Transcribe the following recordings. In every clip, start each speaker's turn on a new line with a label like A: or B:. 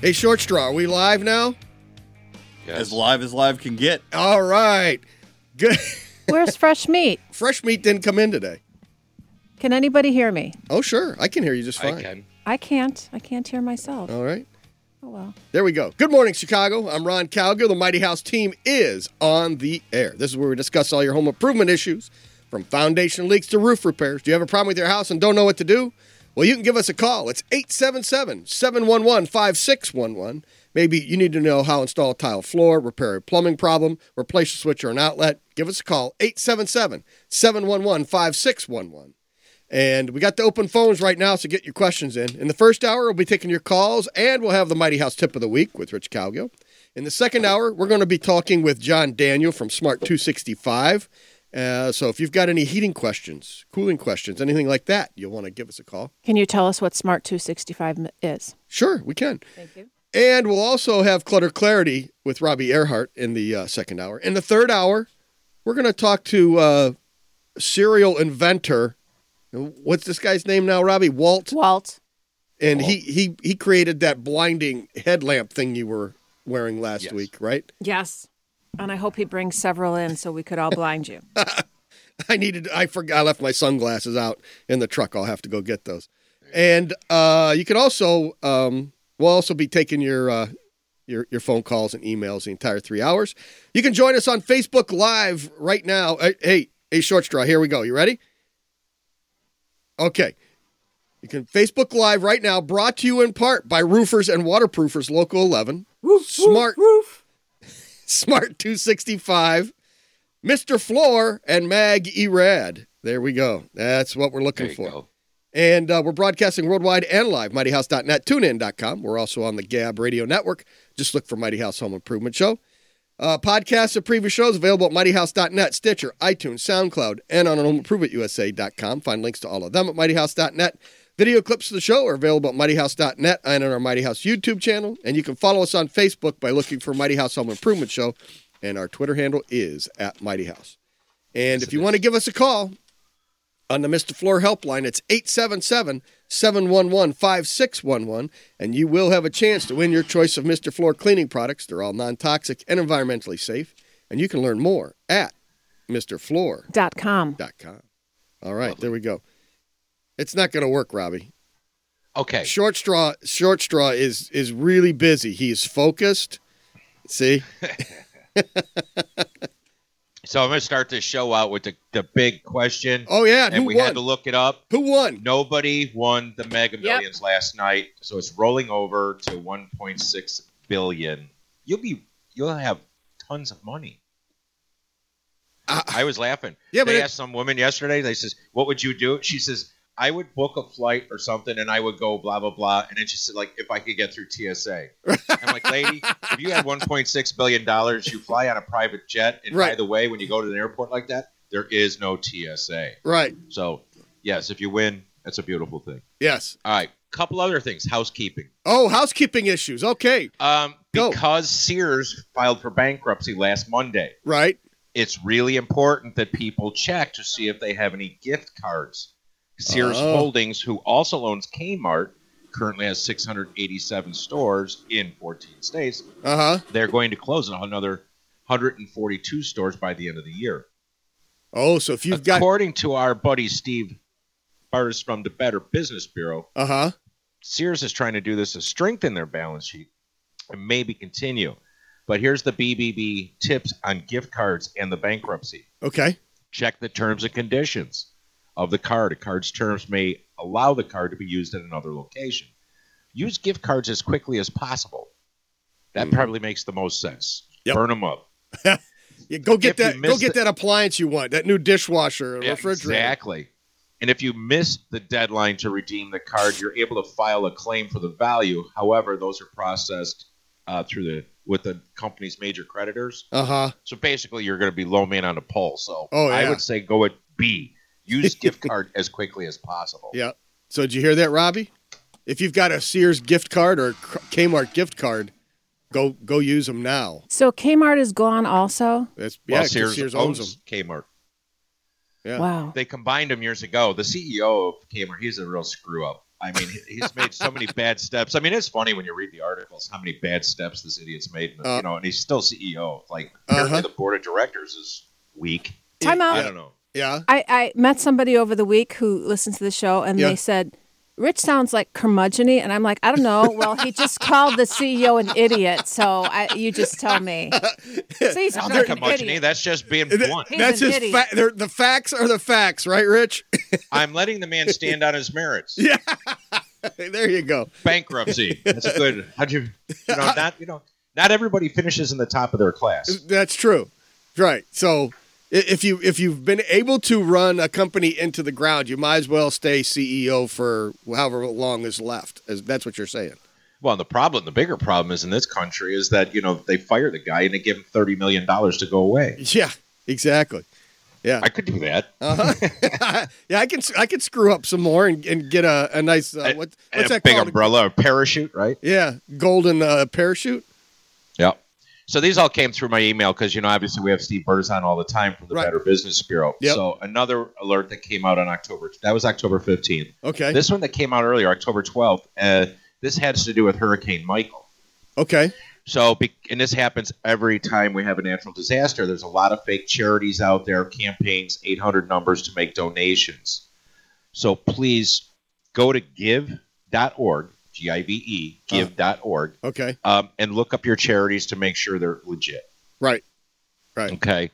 A: Hey, Short Straw, are we live now?
B: As live as live can get.
A: All right. Good.
C: Where's fresh meat?
A: Fresh meat didn't come in today.
C: Can anybody hear me?
A: Oh, sure. I can hear you just fine.
D: I can.
C: I can't. I can't hear myself.
A: All right.
C: Oh well.
A: There we go. Good morning, Chicago. I'm Ron Calgill. The Mighty House team is on the air. This is where we discuss all your home improvement issues, from foundation leaks to roof repairs. Do you have a problem with your house and don't know what to do? Well, you can give us a call. It's 877 711 5611. Maybe you need to know how to install a tile floor, repair a plumbing problem, replace a switch or an outlet. Give us a call, 877 711 5611. And we got the open phones right now, so get your questions in. In the first hour, we'll be taking your calls, and we'll have the Mighty House Tip of the Week with Rich Calgill. In the second hour, we're going to be talking with John Daniel from Smart 265. Uh, so if you've got any heating questions, cooling questions, anything like that, you'll want to give us a call.
C: Can you tell us what Smart 265 m- is?
A: Sure, we can.
C: Thank you.
A: And we'll also have Clutter Clarity with Robbie Earhart in the uh, second hour. In the third hour, we're going to talk to uh, serial inventor. What's this guy's name now, Robbie? Walt.
C: Walt.
A: And he he he created that blinding headlamp thing you were wearing last week, right?
C: Yes. And I hope he brings several in so we could all blind you.
A: I needed I forgot I left my sunglasses out in the truck. I'll have to go get those. And uh, you can also um, we'll also be taking your uh, your your phone calls and emails the entire three hours. You can join us on Facebook Live right now. Hey, hey, hey short straw. Here we go. You ready? Okay. You can Facebook Live right now. Brought to you in part by Roofers and Waterproofers Local 11. Smart Smart 265. Mr. Floor and Mag Erad. There we go. That's what we're looking
D: There you
A: for.
D: go.
A: And uh, we're broadcasting worldwide and live, mightyhouse.net, tunein.com. We're also on the Gab Radio Network. Just look for Mighty House Home Improvement Show. Uh, podcasts of previous shows available at mightyhouse.net, Stitcher, iTunes, SoundCloud, and on homeimprovementusa.com. Find links to all of them at mightyhouse.net. Video clips of the show are available at mightyhouse.net and on our Mighty House YouTube channel. And you can follow us on Facebook by looking for Mighty House Home Improvement Show. And our Twitter handle is at Mighty House. And if you want to give us a call, on the Mr. Floor helpline. It's 877 711 5611, and you will have a chance to win your choice of Mr. Floor cleaning products. They're all non toxic and environmentally safe, and you can learn more at MrFloor.com.
C: Dot com.
A: All right, there we go. It's not going to work, Robbie.
D: Okay.
A: Short straw, short straw is is really busy. He is focused. See,
D: So I'm going to start this show out with the, the big question.
A: oh yeah,
D: and
A: who
D: we
A: won?
D: had to look it up.
A: who won?
D: Nobody won the Mega Millions last night, so it's rolling over to 1.6 billion. You'll be you'll have tons of money.
A: Uh,
D: I was laughing.
A: Yeah, but
D: they
A: it-
D: asked some woman yesterday. They says, "What would you do?" She says, "I would book a flight or something, and I would go blah blah blah." And then she said, "Like if I could get through TSA." I'm like, "Lady, if you had 1.6 billion dollars, you fly on a private jet, and by
A: Right.
D: the way, when you go to an airport like that, there is no TSA."
A: Right?
D: So, yes, if you win, that's a beautiful thing.
A: Yes.
D: All right, couple other things. Housekeeping.
A: Oh, housekeeping issues. Okay.
D: Um,
A: Go.
D: because Sears filed for bankruptcy last Monday,
A: Right.
D: it's really important that people check to see if they have any gift cards. Sears
A: Oh.
D: Holdings, who also owns Kmart, currently has 687 stores in 14 states.
A: Uh huh.
D: They're going to close another 142 stores by the end of the year.
A: Oh, so if you've got
D: According to our buddy Steve Burris from the Better Business Bureau,
A: Uh huh.
D: Sears is trying to do this to strengthen their balance sheet and maybe continue. But here's the BBB tips on gift cards and the bankruptcy.
A: Okay.
D: Check the terms and conditions of the card. A card's terms may allow the card to be used at another location. Use gift cards as quickly as possible. That probably makes the most sense.
A: Yep.
D: Burn them up.
A: Yeah, go get
D: If you
A: that. Go
D: missed
A: get
D: the-
A: that appliance you want. That new dishwasher or
D: Yeah,
A: refrigerator.
D: Exactly. And if you miss the deadline to redeem the card, you're able to file a claim for the value. However, those are processed uh, through the with the company's major creditors.
A: Uh huh.
D: So basically, you're going to be low man on the pole. So
A: Oh, yeah.
D: I would say go with B. Use gift card as quickly as possible.
A: Yeah. So did you hear that, Robbie? If you've got a Sears gift card or a Kmart gift card, go go use them now.
C: So Kmart is gone also.
A: That's yeah,
D: Well,
A: 'cause
D: Sears,
A: Sears, owns them.
D: Kmart.
A: Yeah.
C: Wow.
D: They combined them years ago. The CEO of Kmart, he's a real screw up. I mean, he- he's made so many bad steps. I mean, it's funny when you read the articles how many bad steps this idiot's made.
A: Uh,
D: you know, and he's still CEO. Like, apparently
A: Uh-huh.
D: the board of directors is weak.
C: Time out.
D: I don't know.
A: Yeah.
C: I, I met somebody over the week who listens to the show, and
A: Yeah.
C: they said, Rich sounds like curmudgeon and I'm like, I don't know. Well, he just called the CEO an idiot, so I, you just tell me. So he sounds
D: I'm
C: like
D: not
C: an
D: curmudgeon.
C: idiot.
D: That's just being
A: Th-
D: blunt.
C: He's
A: That's
C: an
A: his
C: idiot.
A: fa- they're- the facts are the facts, right, Rich?
D: I'm letting the man stand on his merits.
A: there you go.
D: Bankruptcy. That's good. How'd you? You know, not you know, not everybody finishes in the top of their class.
A: That's true. Right. So i- if you if you've been able to run a company into the ground, you might as well stay CEO for however long is left. As that's what you're saying.
D: Well, the problem, the bigger problem is in this country is that, you know, they fire the guy and they give him $30 million to go away.
A: Yeah. Exactly. Uh-huh.
D: I could do that.
A: Yeah, I can s- I can screw up some more and, and get a, a nice uh,
D: And-
A: what,
D: and
A: what's
D: a
A: that
D: big
A: called?
D: umbrella, a parachute, right?
A: Yeah, golden uh, parachute.
D: Yeah. So these all came through my email because, you know, obviously we have Steve Burrs on all the time from the
A: Right.
D: Better Business Bureau.
A: Yep.
D: So another alert that came out on October, that was October 15th.
A: Okay.
D: This one that came out earlier, October 12th, uh, this has to do with Hurricane Michael.
A: okay.
D: So, be- and this happens every time we have a natural disaster. There's a lot of fake charities out there, campaigns, 800 numbers to make donations. So please go to give.org, G I V E, give.org,
A: Okay.
D: um, and look up your charities to make sure they're legit.
A: Right. Right.
D: Okay.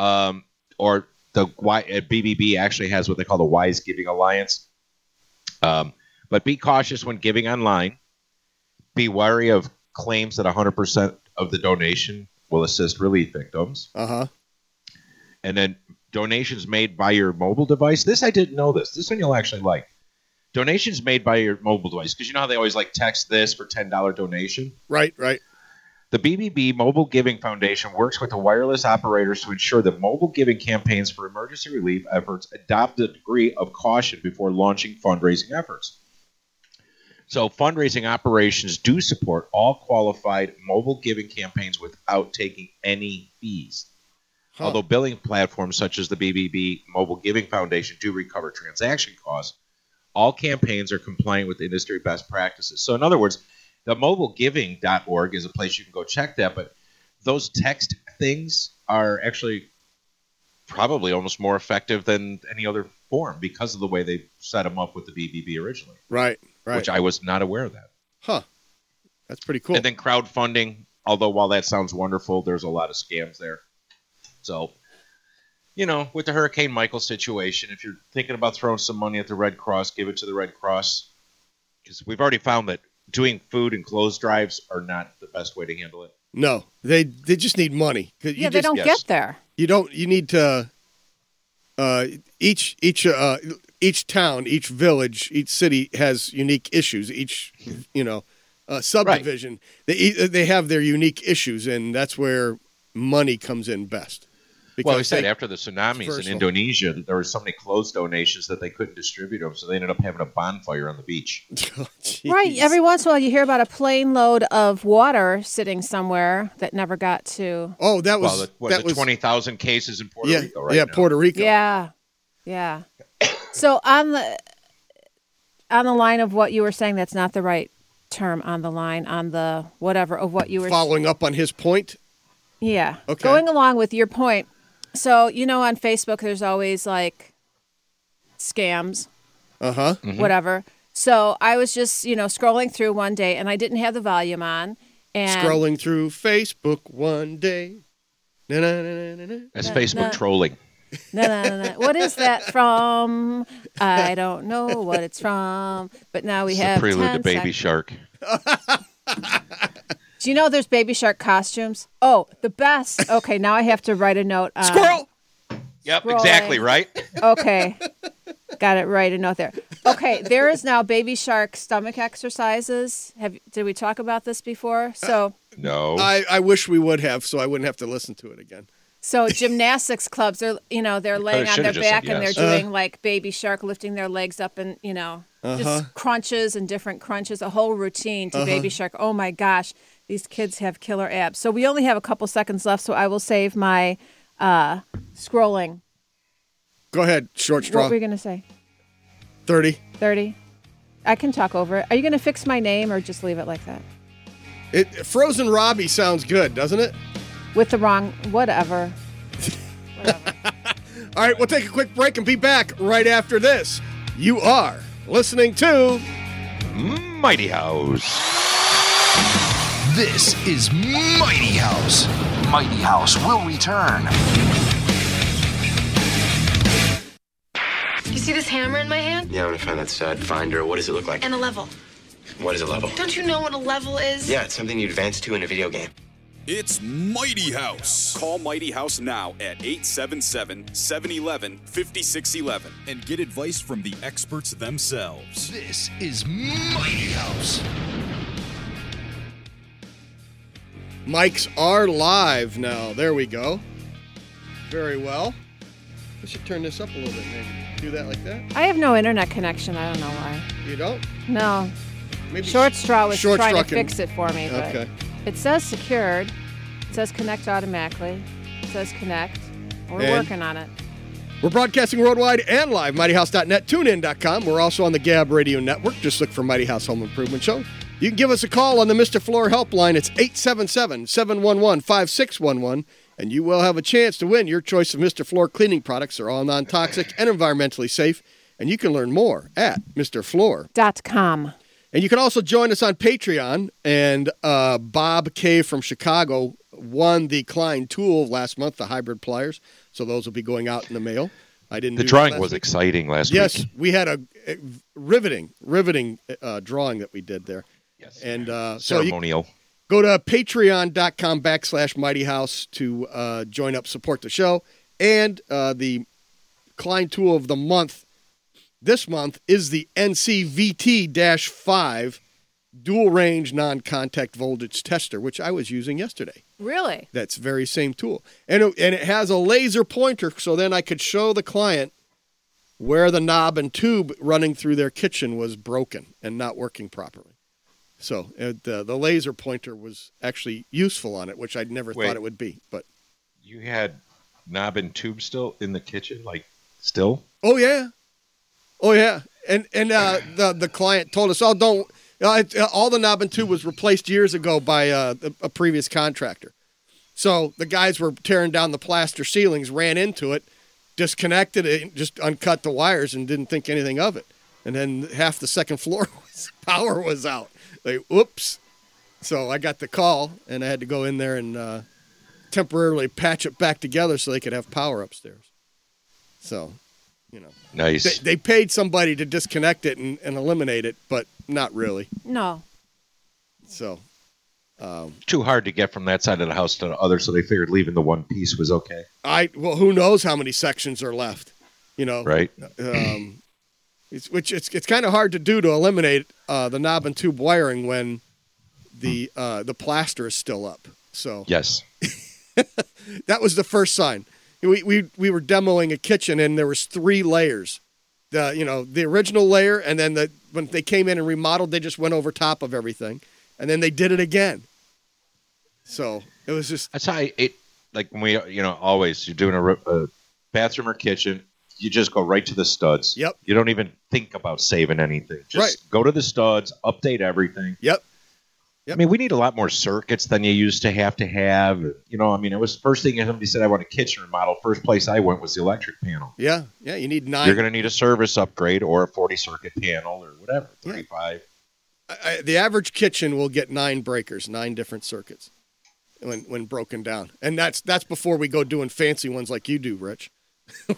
D: Um, or the y, uh, BBB actually has what they call the Wise Giving Alliance. Um, but be cautious when giving online. Be wary of claims that 100% of the donation will assist relief victims.
A: Uh huh.
D: And then donations made by your mobile device. This I didn't know this. This one you'll actually like. Donations made by your mobile device. Because you know how they always like text this for $10 donation?
A: Right. Right.
D: The BBB Mobile Giving Foundation works with the wireless operators to ensure that mobile giving campaigns for emergency relief efforts adopt a degree of caution before launching fundraising efforts. So, fundraising operations do support all qualified mobile giving campaigns without taking any fees.
A: Huh.
D: Although billing platforms such as the BBB Mobile Giving Foundation do recover transaction costs, all campaigns are compliant with industry best practices. So, in other words, the mobilegiving.org is a place you can go check that, but those text things are actually probably almost more effective than any other form because of the way they set them up with the BBB originally,
A: Right. Right.
D: which I was not aware of that.
A: huh. That's pretty cool.
D: And then crowdfunding, although while that sounds wonderful, there's a lot of scams there. So, you know, with the Hurricane Michael situation, if you're thinking about throwing some money at the Red Cross, give it to the Red Cross. Because we've already found that doing food and clothes drives are not the best way to handle it.
A: no, they they just need money. 'Cause you
C: Yeah, they
A: just-
C: don't
D: yes.
C: get there.
A: you don't you need to uh each each uh each town each village each city has unique issues each you know uh, subdivision they e- they have their unique issues and that's where money comes in best because
D: Well, they said
A: they-
D: after the tsunamis
A: First one.
D: in Indonesia, that there were so many clothes donations that they couldn't distribute them, so they ended up having a bonfire on the beach.
A: Oh, jeez.
C: Right. Every once in a while, you hear about a plane load of water sitting somewhere that never got to.
A: oh that was
D: well, the, what,
A: that
D: the
A: was
D: 20,000 cases in Puerto
A: yeah
D: Rico right
A: yeah
D: now.
A: Puerto Rico
C: Yeah. Yeah. so on the on the line of what you were saying, that's not the right term. On the line, on the whatever of what you were.
A: following up on his point
C: Yeah.
A: Okay.
C: Going along with your point. So you know, on Facebook, there's always like scams.
A: uh huh
D: Mm-hmm.
C: whatever. So I was just, you know, scrolling through one day and I didn't have the volume on. And
A: scrolling through Facebook one day na, na, na, na, na, na.
D: That's Facebook trolling.
C: Na, na, na, na. what is that from? I don't know what it's from. But now we
D: It's the
C: have
D: prelude
C: 10
D: to Baby
C: sec-
D: Shark.
C: Do you know there's baby shark costumes? Oh, the best. Okay, um, now I have to write a note. On.
D: Yep,
C: Scrolling.
D: exactly, right?
C: Okay. Got it right. A note there. Okay, there is now baby shark stomach exercises. Have did we talk about this before? So
D: No.
A: I, I wish we would have, so I wouldn't have to listen to it again.
C: so gymnastics clubs are you know they're laying on
D: shoulda
C: their
D: just said
C: back and
D: yes.
C: they're doing like baby shark lifting their legs up and you know just crunches and different crunches, a whole routine to baby shark. Oh my gosh, these kids have killer abs. So we only have a couple seconds left, so I will save my uh scrolling.
A: Go ahead, short
C: What
A: straw.
C: were you gonna say?
A: Thirty.
C: 30. I can talk over it. Are you going to fix my name or just leave it like that?
A: It Frozen Robbie sounds good, doesn't it?
C: With the wrong whatever.
A: All right, we'll take a quick break and be back right after this. You are listening to
D: Mighty House.
E: This is Mighty House. Mighty House will return.
F: You see this hammer in my hand?
G: Yeah, I'm gonna find that stud finder. What does it look like?
F: And a level.
G: What is a level?
F: Don't you know what a level is?
G: Yeah, it's something you advance to in a video game.
H: It's Mighty House. Call Mighty House now at 877 711 5611 and get advice from the experts themselves.
E: This is Mighty House.
A: Mike's Are Live now. There we go. Very well. I should turn this up a little bit, maybe. Do that like that.
C: I have no internet connection. I don't know why.
A: You don't?
C: No.
A: Maybe
C: Short Straw was
A: Short
C: trying
A: Straw
C: to
A: can-
C: fix it for me. But
A: Okay.
C: It says secured. It says connect automatically. It says connect. We're
A: And-
C: working on it.
A: We're broadcasting worldwide and live, mightyhouse.net, tunein.com. We're also on the Gab Radio Network. Just look for Mighty House Home Improvement Show. You can give us a call on the Mr. Floor Helpline. It's 877 711 5611, and you will have a chance to win your choice of Mr. Floor cleaning products. They're all non toxic and environmentally safe, and you can learn more at Mr. Floor.
C: Dot com.
A: And you can also join us on Patreon. And uh, Bob K from Chicago won the Klein tool last month, the hybrid pliers. So those will be going out in the mail. I didn't.
D: The
A: do that
D: drawing
A: last
D: was
A: week.
D: exciting last
A: Yes,
D: week.
A: we had a, a riveting, riveting uh, drawing that we did there.
D: Yes.
A: And uh, so you
D: Ceremonial.
A: go to patreon.com backslash mighty house to uh, join up, support the show. And uh, the Klein tool of the month this month is the NCVT 5 dual range non contact voltage tester, which I was using yesterday.
C: Really?
A: That's very same tool. And it, and it has a laser pointer, so then I could show the client where the knob and tube running through their kitchen was broken and not working properly. So it, uh, the laser pointer was actually useful on it, which I'd never
D: Wait.
A: thought it would be. But
D: You had knob and tube still in the kitchen, like still.
A: oh yeah, oh yeah, and and uh, the the client told us, oh don't, uh, it, uh, all the knob and tube was replaced years ago by uh, a, a previous contractor. So the guys were tearing down the plaster ceilings, ran into it, disconnected it, just uncut the wires, and didn't think anything of it. And then half the second floor was, power was out. They whoops. So I got the call, and I had to go in there and uh, temporarily patch it back together so they could have power upstairs. So, you know, they,
D: Nice.
A: they paid somebody to disconnect it and, and eliminate it, but not really.
C: No.
A: So
D: Too hard to get from that side of the house to the other, so they figured leaving the one piece was okay,
A: I well, who knows how many sections are left? You know,
D: right?
A: um, it's, which it's it's kind of hard to do to eliminate uh, the knob and tube wiring when the uh, the plaster is still up. So
D: Yes.
A: that was the first sign. We, we we were demoing a kitchen and there was three layers, the you know the original layer and then the when they came in and remodeled they just went over top of everything, and then they did it again. So it was just
D: That's how it, like when we, you know, always you're doing a, ro- a bathroom or kitchen, you just go right to the studs.
A: Yep.
D: You don't even think about saving anything. Just go to the studs, update everything.
A: yep
D: I mean, we need a lot more circuits than you used to have to have. You know, I mean, it was first thing somebody said I want a kitchen remodel. First place I went was the electric panel.
A: yeah yeah you need 9
D: You're going to need a service upgrade or a 40 circuit panel or whatever, 35.
A: I, the average kitchen will get nine breakers, nine different circuits, when when broken down, and that's that's before we go doing fancy ones like you do, Rich.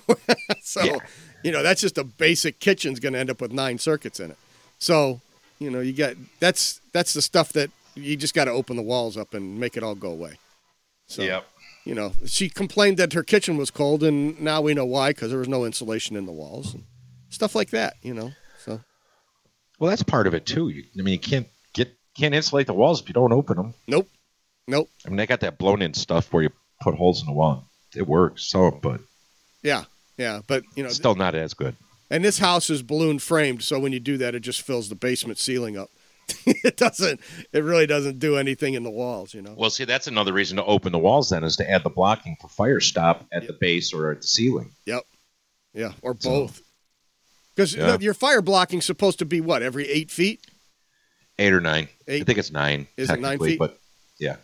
A: so,
D: Yeah.
A: you know, that's just a basic kitchen's going to end up with nine circuits in it. So, you know, you got that's that's the stuff that you just got to open the walls up and make it all go away. So, you know, she complained that her kitchen was cold, and now we know why because there was no insulation in the walls and stuff like that. You know, so
D: Well, that's part of it too. You, I mean, you can't get can't insulate the walls if you don't open them.
A: nope, nope,
D: I mean, they got that blown in stuff where you put holes in the wall. It works, so but
A: yeah, yeah. But you know,
D: still not as good.
A: And this house is balloon framed, so when you do that, it just fills the basement ceiling up. it doesn't. It really doesn't do anything in the walls, you know.
D: Well, see, that's another reason to open the walls then is to add the blocking for fire stop at the base or at the ceiling.
A: yep. Yeah, or
D: So-
A: both. Because
D: Yeah.
A: your fire blocking's supposed to be what every eight feet.
D: Eight or nine. I
A: Eight.
D: think it's nine.
A: Is it nine
D: technically,
A: feet?
D: But yeah.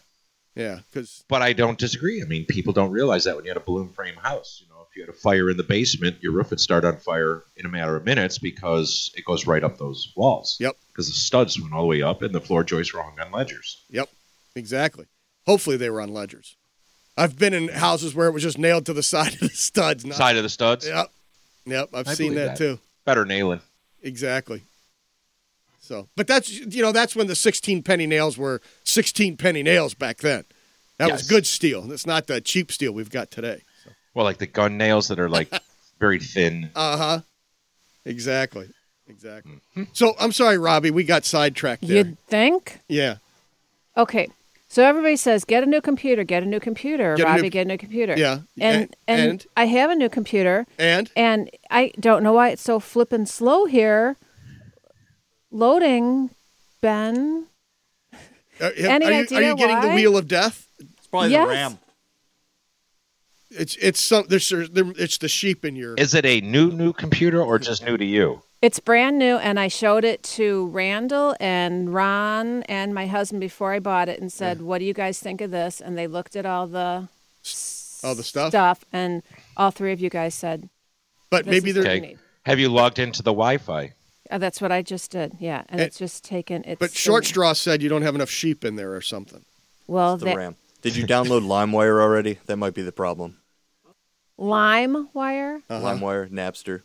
A: Yeah, because
D: But I don't disagree. I mean, people don't realize that when you had a balloon frame house, you know, if you had a fire in the basement, your roof would start on fire in a matter of minutes because it goes right up those walls.
A: Yep.
D: Because the studs went all the way up and the floor joists were hung on ledgers.
A: yep, exactly. Hopefully they were on ledgers. I've been in houses where it was just nailed to the side of the studs. Not,
D: Side of the studs.
A: Yep. Yep. I've
D: I
A: Uh, seen
D: believe
A: that
D: that.
A: too.
D: Better nailing.
A: Exactly. So, but that's you know that's when the sixteen penny nails were sixteen penny nails back then. That was
D: Yes.
A: good steel. That's not the cheap steel we've got today.
D: Well, like the gun nails that are like very thin.
A: Uh huh. Exactly. Exactly.
D: Mm-hmm.
A: So I'm sorry, Robbie. We got sidetracked there.
C: You'd think?
A: yeah.
C: Okay. So everybody says, get a new computer, get a new computer.
A: Get a new-
C: Robbie, get a new computer.
A: Yeah.
C: And,
A: A-
C: and
A: and?
C: I have a new computer,
A: And
C: and I don't know why it's so flippin' slow here. Loading, Ben.
A: are, Uh, have-
C: Any
A: are you,
C: idea
A: are you getting the
C: why?
A: wheel of death?
B: It's probably
C: Yes.
B: the RAM.
A: It's it's some there's, there, it's the sheep in your
D: Is it a new, new computer or just new to you?
C: It's brand new, and I showed it to Randall and Ron and my husband before I bought it and said, What do you guys think of this? And they looked at all the
A: all the stuff.
C: stuff, and all three of you guys said,
A: But
C: this
A: maybe
C: is
A: they're
C: what you
D: Okay.
C: need.
D: Have you logged into the Wi Fi?
C: Uh, that's what I just did. Yeah, and
A: And-
C: it's just taken. It's
A: but short
C: been-
A: straw said you don't have enough sheep in there or something.
C: Well,
B: The
C: that
B: RAM. Did you download LimeWire already? That might be the problem.
C: Lime Wire.
B: LimeWire, Napster.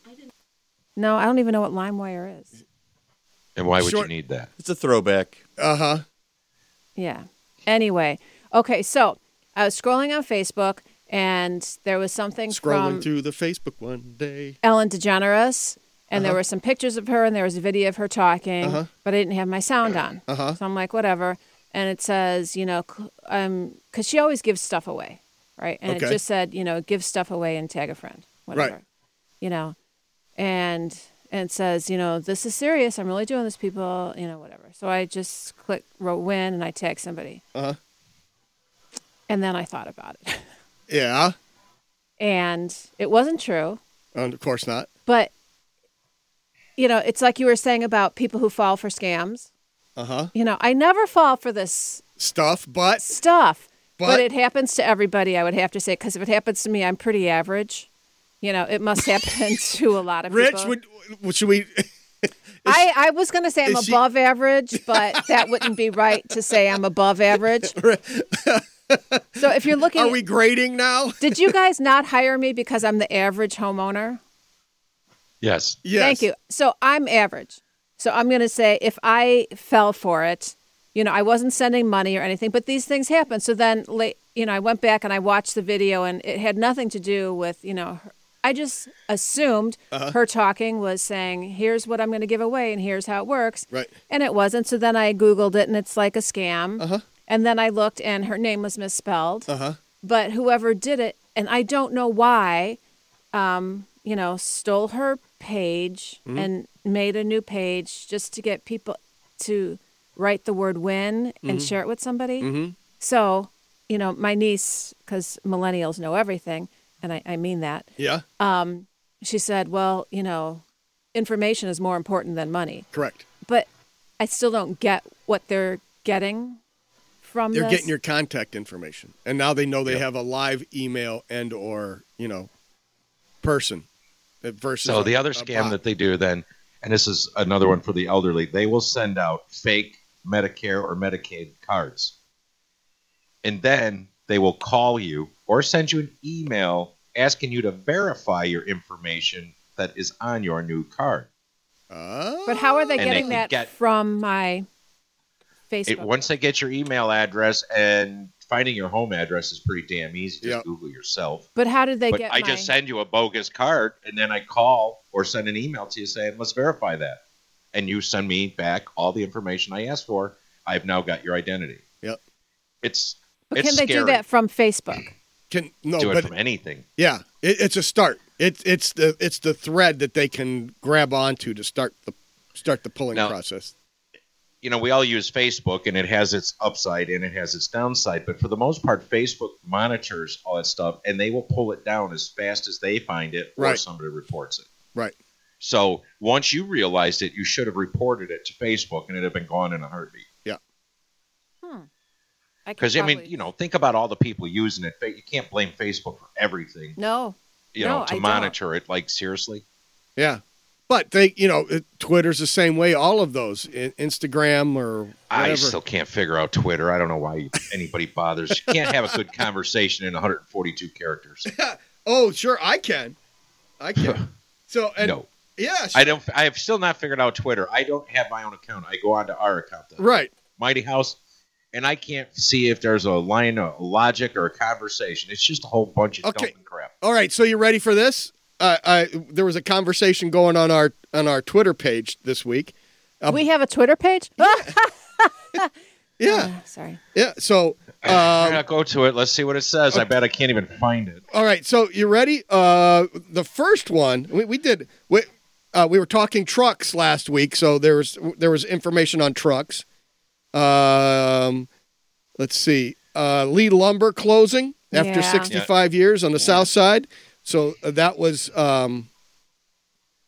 C: No, I don't even know what Lime Wire is.
D: And why would
A: Short-
D: you need that?
B: It's a throwback.
A: Uh huh.
C: Yeah. Anyway, okay. So I was scrolling on Facebook, and there was something
A: Scrolling
C: from
A: through the Facebook one day.
C: Ellen DeGeneres, and
A: Uh-huh.
C: there were some pictures of her, and there was a video of her talking, but I didn't have my sound on, uh-huh. so I'm like, whatever. And it says, you know, cl- um, because she always gives stuff away, right? And it
A: Okay.
C: just said, you know, give stuff away and tag a friend, whatever, you know, and and it says, you know, this is serious. I'm really doing this, people, you know, whatever. So I just click, wrote win, and I tag somebody,
A: Uh-huh.
C: and then I thought about it,
A: Yeah.
C: and it wasn't true.
A: And of course not.
C: but you know it's like you were saying about people who fall for scams
A: Uh huh.
C: you know i never fall for this
A: Stuff, but
C: stuff but,
A: But-
C: it happens to everybody i would have to say because if it happens to me i'm pretty average you know it must happen to a lot of
A: Rich,
C: people
A: would, would should we?
C: I, I was going to say i'm
A: is she-
C: above average but that wouldn't be right to say i'm above average so if you're looking
A: Are we grading now?
C: did you guys not hire me because i'm the average homeowner
D: Yes.
A: Yes.
C: Thank you. So I'm average. So I'm going to say if I fell for it, you know, I wasn't sending money or anything, but these things happen. So then, la- you know, I went back and I watched the video and it had nothing to do with, you know, her. I just assumed her talking was saying, here's what I'm going to give away and here's how it works.
A: Right.
C: And it wasn't. So then I Googled it and it's like a scam. Uh-huh. And then I looked and her name was misspelled. Uh-huh. But whoever did it, and I don't know why, um, you know, stole her page and made a new page just to get people to write the word win and share it with somebody. So, you know, my niece, because millennials know everything, and I, I mean that,
A: Yeah.
C: she said, well, you know, information is more important than money.
A: Correct.
C: But I still don't get what they're getting from
A: They're
C: this.
A: getting your contact information, and now they know they have a live email and or you know person uh, versus.
D: So
A: a-
D: the other
A: a
D: scam
A: bot.
D: that they do then, and this is another one for the elderly, they will send out fake Medicare or Medicaid cards. And then they will call you or send you an email asking you to verify your information that is on your new card.
A: Oh.
C: but how are they
D: And they
C: getting
D: can
C: that
D: get-
C: from my Facebook?
D: It, once they get your email address and finding your home address is pretty damn easy. Just
A: Yep.
D: Google yourself.
C: but how did they
D: but
C: get
D: I
C: my...
D: just send you a bogus card and then I call or send an email to TSA and let's verify that. And you send me back all the information I asked for. I've now got your identity.
A: Yep.
D: It's
C: But
D: it's
C: can they
D: scary.
C: do that from Facebook?
A: Can no,
D: do it
A: Oh, but
D: from anything.
A: yeah, it, it's a start. It, it's the it's the thread that they can grab onto to start the start the pulling
D: Now-
A: process.
D: you know, we all use Facebook and it has its upside and it has its downside, but for the most part, Facebook monitors all that stuff and they will pull it down as fast as they find it or
A: Right.
D: somebody reports it.
A: Right.
D: So once you realized it, you should have reported it to Facebook and it'd have been gone in a heartbeat.
C: could
D: Because, I mean,
C: probably-
D: you know, think about all the people using it. Fa- You can't blame Facebook for everything,
C: No.
D: you
C: No,
D: know,
C: I
D: to
C: don't.
D: monitor it. Like, seriously?
A: Yeah, but they you know it, Twitter's the same way. All of those I- Instagram or whatever.
D: I still can't figure out Twitter. I don't know why anybody bothers. You can't have a good conversation in 142 characters.
A: oh sure, I can, I can. so and
D: no.
A: yeah,
D: I don't. I have still not figured out Twitter. I don't have my own account. I go on to our account, though.
A: right.
D: Mighty House, and I can't see if there's a line of logic or a conversation. It's just a whole bunch of
A: Okay.
D: dumb crap.
A: All right, so you ready for this? Uh, I, there was a conversation going on our on our Twitter page this week.
C: Um, we have a Twitter page? Oh,
A: Yeah,
C: Sorry.
A: yeah. So,
D: I'm
A: um,
D: gonna go to it. Let's see what it says. I bet I can't even find it.
A: all right, so you ready? Uh, the first one we, we did. We, uh, we were talking trucks last week, so there was there was information on trucks. Um, let's see. Uh, Lee Lumber closing after
C: Yeah.
A: 65 years on the South Side. So uh, that was um,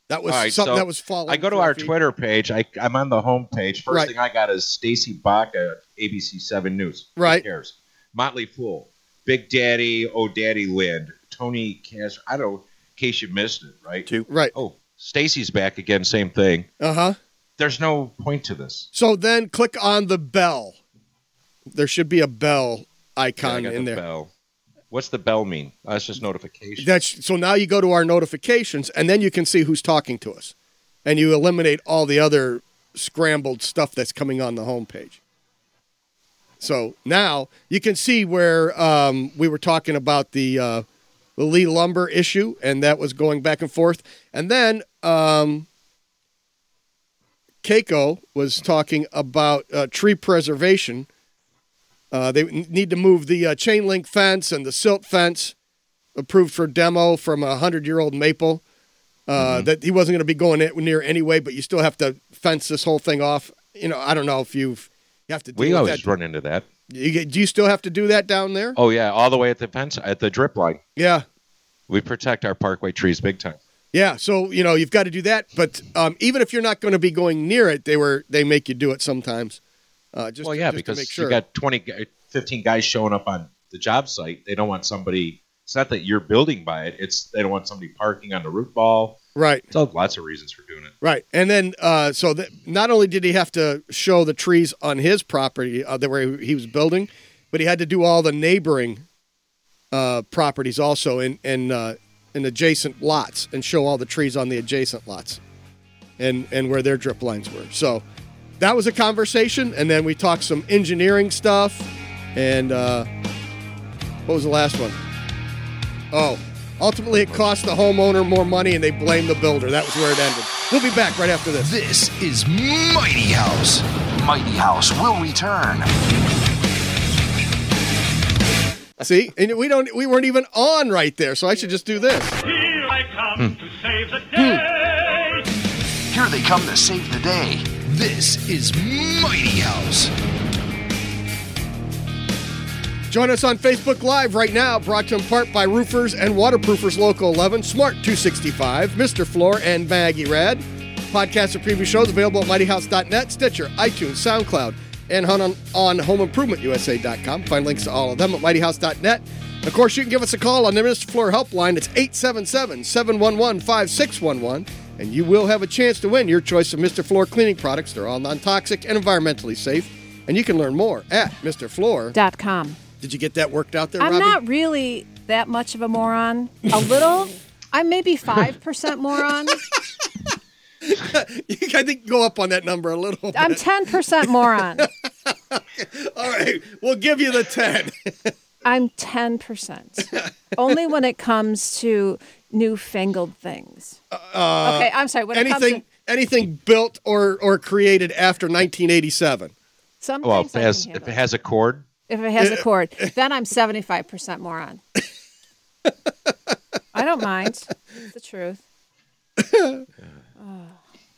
A: that was
D: All right,
A: something
D: so
A: that was following.
D: I go to our
A: Trophy.
D: Twitter page. I, I'm on the home page. First
A: Right.
D: thing I got is Stacy Bach at ABC Seven News.
A: Right.
D: Who cares? Motley Fool, Big Daddy, Oh Daddy Lind, Tony Cash. I don't. In case you missed it, right?
B: Two.
A: Right.
D: Oh, Stacy's back again. Same thing.
A: Uh huh.
D: there's no point to this.
A: So then click on the bell. There should be a bell icon
D: Yeah, I got
A: in
D: the
A: there.
D: Bell. What's the bell mean? That's just notification.
A: That's so now you go to our notifications and then you can see who's talking to us. And you eliminate all the other scrambled stuff that's coming on the homepage. So now you can see where um, we were talking about the uh, the Lee Lumber issue, and that was going back and forth. And then um, Keiko was talking about uh, tree preservation. Uh, they n- need to move the uh, chain link fence and the silt fence approved for demo from a hundred year old maple. Uh,
D: Mm-hmm.
A: That he wasn't going to be going it- near anyway, but you still have to fence this whole thing off. You know, I don't know if you've you have to. Deal
D: we
A: with
D: always
A: that.
D: run into that.
A: You, get- do you still have to do that down there?
D: Oh yeah, all the way at the fence at the drip line.
A: Yeah,
D: We protect our parkway trees big time.
A: yeah. So you know you've got to do that, but um, even if you're not going to be going near it, they were they make you do it sometimes. Uh, just
D: well,
A: to-
D: yeah,
A: just
D: because
A: to make sure.
D: you got 20, gu- 15 guys showing up on the job site. They don't want somebody. It's not that you're building by it. It's they don't want somebody parking on the root ball.
A: right,
D: There's lots of reasons for doing it.
A: right, and then uh, so that not only did he have to show the trees on his property uh, that where he was building, but he had to do all the neighboring uh, properties also in in uh, in adjacent lots and show all the trees on the adjacent lots, and and where their drip lines were. So that was a conversation, and then we talked some engineering stuff, and uh, what was the last one? Oh, ultimately it cost the homeowner more money, and they blamed the builder. That was where it ended. We'll be back right after this.
E: This is Mighty House. Mighty House will return.
A: See, and we don't we weren't even on right there, so I should just do this.
I: Here I come to save the day.
E: Here they come to save the day. This is Mighty House.
A: Join us on Facebook Live right now, brought to you in part by Roofers and Waterproofers Local 11, Smart 265, Mr. Floor, and Maggie Rad. Podcasts and preview shows available at mightyhouse.net, Stitcher, iTunes, SoundCloud, and on, on homeimprovement.usa.com. Find links to all of them at mightyhouse.net. Of course, you can give us a call on the Mr. Floor helpline. It's 877 711 5611, and you will have a chance to win your choice of Mr. Floor cleaning products. They're all non toxic and environmentally safe. And you can learn more at Mr. Floor.
C: Dot com.
A: Did you get that worked out there,
C: I'm
A: Robbie?
C: not really that much of a moron. A little. I'm maybe 5% moron.
A: I think go up on that number a little.
C: I'm 10% moron.
A: All right, we'll give you the ten.
C: I'm 10%. Only when it comes to newfangled things. okay, I'm sorry. When it comes
A: Uh, anything
C: to
A: anything built or or created after 1987.
C: some
D: Well, if
C: things
D: it
C: I
D: has,
C: can
D: if it
C: handle.
D: has a cord,
C: if it has a cord, then I'm 75% moron. I don't mind. It's the truth.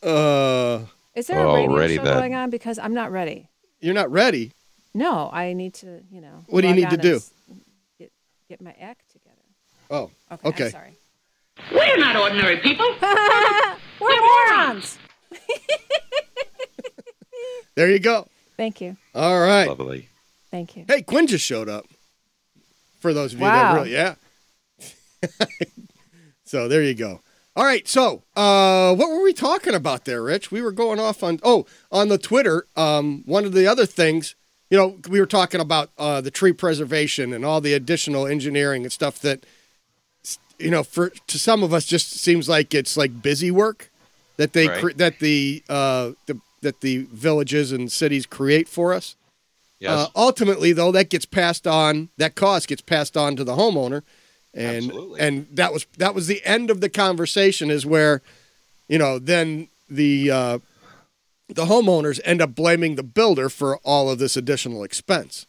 A: Uh,
C: Is there a
D: Alrighty
C: radio show
D: then.
C: going on? Because I'm not ready.
A: you're not ready.
C: No, I need to, you know.
A: What do you
C: log
A: need to
C: on
A: do?
C: and s- Get, get my act together.
A: Oh,
C: Okay. I'm
A: okay.
C: sorry.
I: We're not ordinary people.
C: We're morons.
A: There you go.
C: Thank you.
A: All right.
D: lovely.
A: uh,
C: Thank you.
A: Hey, Quinn just showed up. For those of you that
C: Wow.
A: really, yeah. so there you go. All right. So uh, what were we talking about there, Rich? We were going off on oh on the Twitter. Um, one of the other things, you know, we were talking about uh, the tree preservation and all the additional engineering and stuff that, s- you know, for to some of us just seems like it's like busy work that they
D: Right.
A: cre- that the uh, the that the villages and cities create for us.
D: Yes.
A: Uh, ultimately, though, that gets passed on. That cost gets passed on to the homeowner, and
D: Absolutely.
A: and that was that was the end of the conversation. Is where, you know, then the uh, the homeowners end up blaming the builder for all of this additional expense.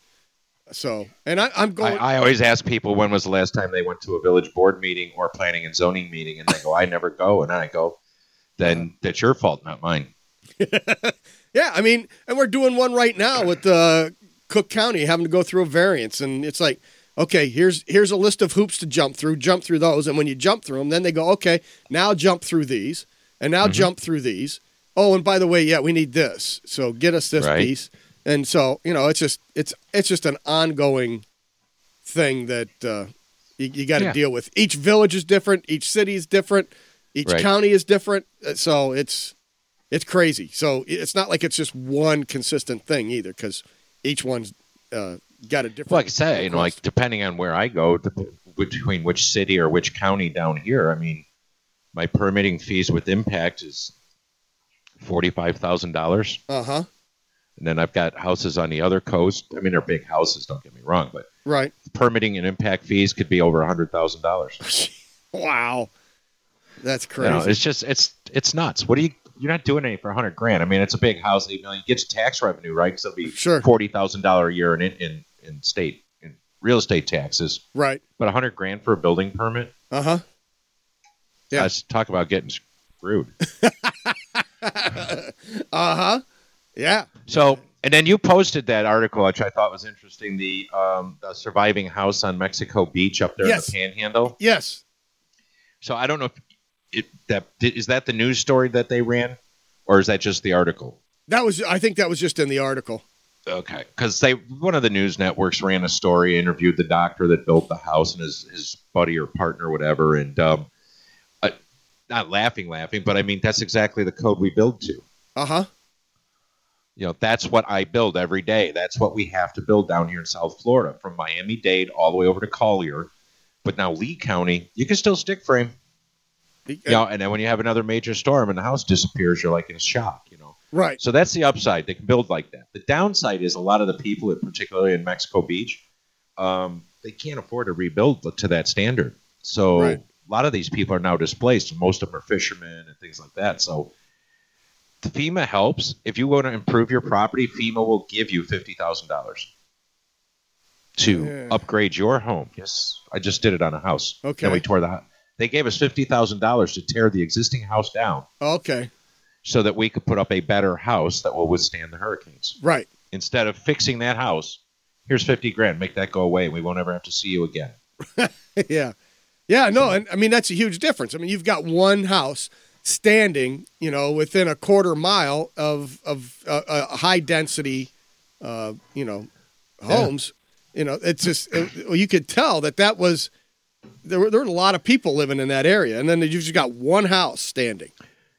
A: So, and I, I'm going.
D: I, I always ask people when was the last time they went to a village board meeting or planning and zoning meeting, and they go, "I never go," and I go, "Then that's your fault, not mine."
A: yeah, I mean, and we're doing one right now with uh, Cook County having to go through a variance, and it's like, okay, here's here's a list of hoops to jump through. Jump through those, and when you jump through them, then they go, okay, now jump through these, and
D: Mm-hmm.
A: now jump through these. Oh, and by the way, yeah, we need this, so get us this
D: Right.
A: piece. And so you know, it's just it's it's just an ongoing thing that uh, you, you got to
D: Yeah.
A: deal with. Each village is different, each city is different, each
D: Right.
A: county is different, Uh, so it's it's crazy. So it's not like it's just one consistent thing either, because each one's uh, got a different.
D: Like I said, you know, like depending on where I go, dep- between which city or which county down here, I mean, my permitting fees with impact is forty-five thousand dollars.
A: uh huh,
D: And then I've got houses on the other coast. I mean, they're big houses. Don't get me wrong, but
A: right?
D: permitting and impact fees could be over a hundred thousand dollars.
A: Wow, that's
D: You know,
A: crazy.
D: it's just it's it's nuts. What do you? You're not doing anything for a hundred grand. I mean, it's a big house. You know, you get your tax revenue right because it'll be
A: Sure.
D: forty thousand dollar a year in in in state in real estate taxes.
A: right?
D: But a hundred grand for a building permit.
A: Uh huh. Yeah.
D: Yeah. talk about getting screwed.
A: Uh huh. Yeah.
D: So, and then you posted that article, which I thought was interesting. The um, the surviving house on Mexico Beach up there
A: Yes.
D: in the Panhandle.
A: Yes.
D: So I don't know if it, that is that the news story that they ran, or is that just the article?
A: That was. I think that was just in the article.
D: Okay, because they one of the news networks ran a story, interviewed the doctor that built the house and his his buddy or partner, or whatever, and um, uh, not laughing, laughing, but I mean that's exactly the code we build to.
A: Uh huh.
D: You know, that's what I build every day. That's what we have to build down here in South Florida, from Miami Dade all the way over to Collier, but now Lee County, you can still stick frame. You know, and then when you have another major storm and the house disappears, you're like in shock. You know.
A: Right.
D: So that's the upside. They can build like that. The downside is a lot of the people, particularly in Mexico Beach, um, they can't afford to rebuild to that standard. So
A: Right.
D: a lot of these people are now displaced. Most of them are fishermen and things like that. So FEMA helps. If you want to improve your property, FEMA will give you fifty thousand dollars to
A: Yeah.
D: upgrade your home. Yes, I just did it on a house.
A: Okay.
D: And we tore the. hou- They gave us fifty thousand dollars to tear the existing house down
A: Okay.
D: so that we could put up a better house that will withstand the hurricanes.
A: Right.
D: Instead of fixing that house, here's 50 grand, make that go away. We won't ever have to see you again.
A: yeah. Yeah, no, and I mean that's a huge difference. I mean, you've got one house standing, you know, within a quarter mile of of uh, uh, high density, uh, you know, homes. You know, it's just it, well, you could tell that that was there were there were a lot of people living in that area, and then you've just got one house standing.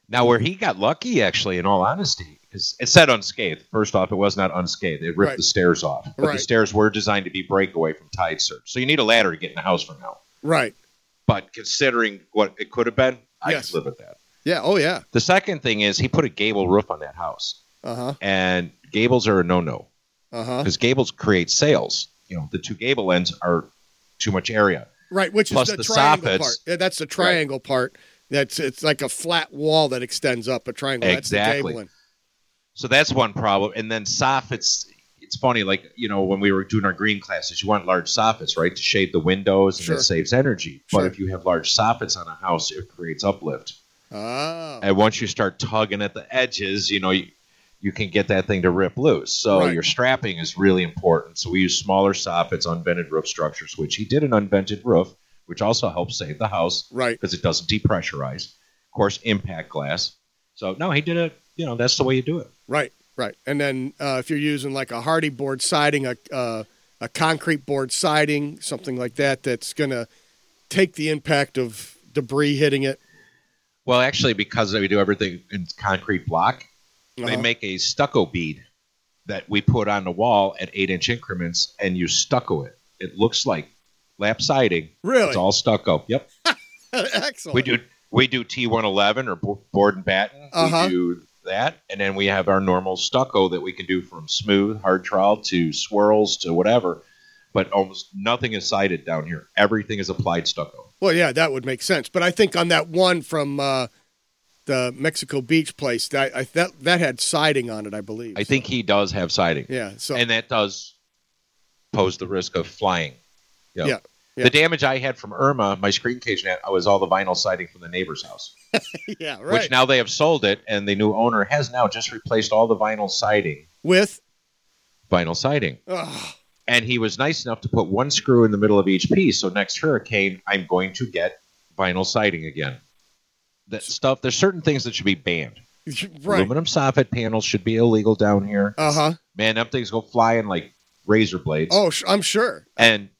D: Now, where he got lucky, actually, in all honesty, because it said unscathed. First off, it was not unscathed. It ripped
A: Right.
D: the stairs off. But
A: Right.
D: the stairs were designed to be breakaway from tide surge. So you need a ladder to get in the house from now.
A: Right.
D: But considering what it could have been, I
A: Yes.
D: could live with that.
A: Yeah. Oh yeah.
D: The second thing is he put a gable roof on that house.
A: Uh huh.
D: And gables are a no no.
A: Uh huh.
D: because gables create sails. You know, the two gable ends are too much area.
A: Right. Which
D: Plus
A: is the,
D: the
A: triangle
D: soffits.
A: part. Yeah, that's the triangle part. That's it's like a flat wall that extends up a triangle. That's the
D: Exactly.
A: cabling.
D: So that's one problem. And then soffits. It's funny, like you know, when we were doing our green classes, you want large soffits, right, to shade the windows, and
A: Sure.
D: it saves energy.
A: Sure.
D: But if you have large soffits on a house, it creates uplift.
A: Oh,
D: And once you start tugging at the edges, you know, you, you can get that thing to rip loose. So
A: Right.
D: your strapping is really important. So we use smaller soffits, unvented roof structures, which he did an unvented roof, which also helps save the house
A: right.
D: because it doesn't depressurize. Of course, impact glass. So no, he did it. You know, that's the way you do it.
A: Right, right. And then uh, if you're using like a hardy board siding, a uh, a concrete board siding, something like that, that's gonna take the impact of debris hitting it.
D: Well, actually, because we do everything in concrete block, they
A: Uh-huh.
D: make a stucco bead that we put on the wall at eight inch increments, and you stucco it. It looks like lap siding.
A: Really? Oh.
D: It's all stucco. Yep.
A: Excellent.
D: We do we do T one eleven or bo- board and batten.
A: Uh-huh.
D: We do that, and then we have our normal stucco that we can do from smooth, hard trowel to swirls to whatever. But almost nothing is sided down here. Everything is applied stucco.
A: Well, yeah, that would make sense. But I think on that one from uh, the Mexico Beach place, that I, that that had siding on it, I believe.
D: I think he does have siding.
A: Yeah. So
D: and that does pose the risk of flying. You know.
A: Yeah, yeah.
D: The damage I had from Irma, my screen cage net, was all the vinyl siding from the neighbor's house,
A: yeah, right.
D: which now they have sold it, and the new owner has now just replaced all the vinyl siding.
A: With
D: Vinyl siding.
A: oh,
D: And he was nice enough to put one screw in the middle of each piece. So next hurricane, I'm going to get vinyl siding again. That stuff, there's certain things that should be banned.
A: right.
D: Aluminum soffit panels should be illegal down here.
A: Uh huh.
D: Man, them things go flying like razor blades.
A: Oh, sh- I'm sure.
D: and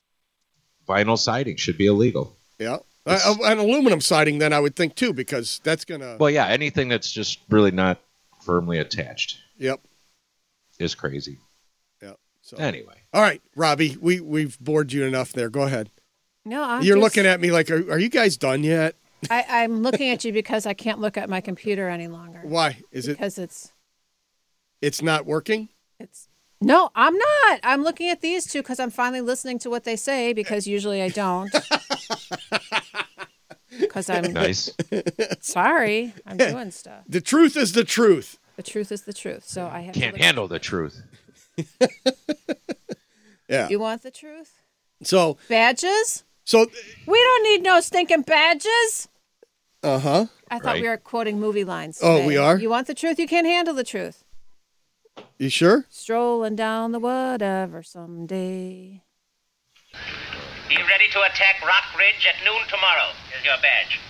D: vinyl siding should be illegal.
A: Yeah. Uh,
D: It's-
A: an aluminum siding, then I would think too, because that's gonna.
D: Well, yeah, anything that's just really not firmly attached
A: yep.
D: is crazy.
A: Yep. So.
D: Anyway,
A: All right, Robbie, we we've bored you enough there. Go ahead.
C: No, I'm
A: You're
C: just-
A: looking at me like, are, are you guys done yet?
C: I, I'm looking at you because I can't look at my computer any longer.
A: Why is it?
C: Because it's
A: It's not working.
C: it's. No, I'm not. I'm looking at these two because I'm finally listening to what they say because usually I don't. Because I'm
D: nice.
C: sorry, I'm doing stuff.
A: The truth is the truth.
C: The truth is the truth, so I have to
D: Can't
C: look-
D: handle the truth.
A: Yeah.
C: You want the truth?
A: So
C: Badges?
A: so
C: We don't need no stinking badges.
A: uh huh.
C: I thought we
D: Right.
C: were quoting movie lines.
A: Oh,
C: today.
A: we are?
C: You want the truth? You can't handle the truth.
A: You sure?
C: Strolling down the whatever someday.
J: Be ready to attack Rockridge at noon tomorrow. Here's your badge.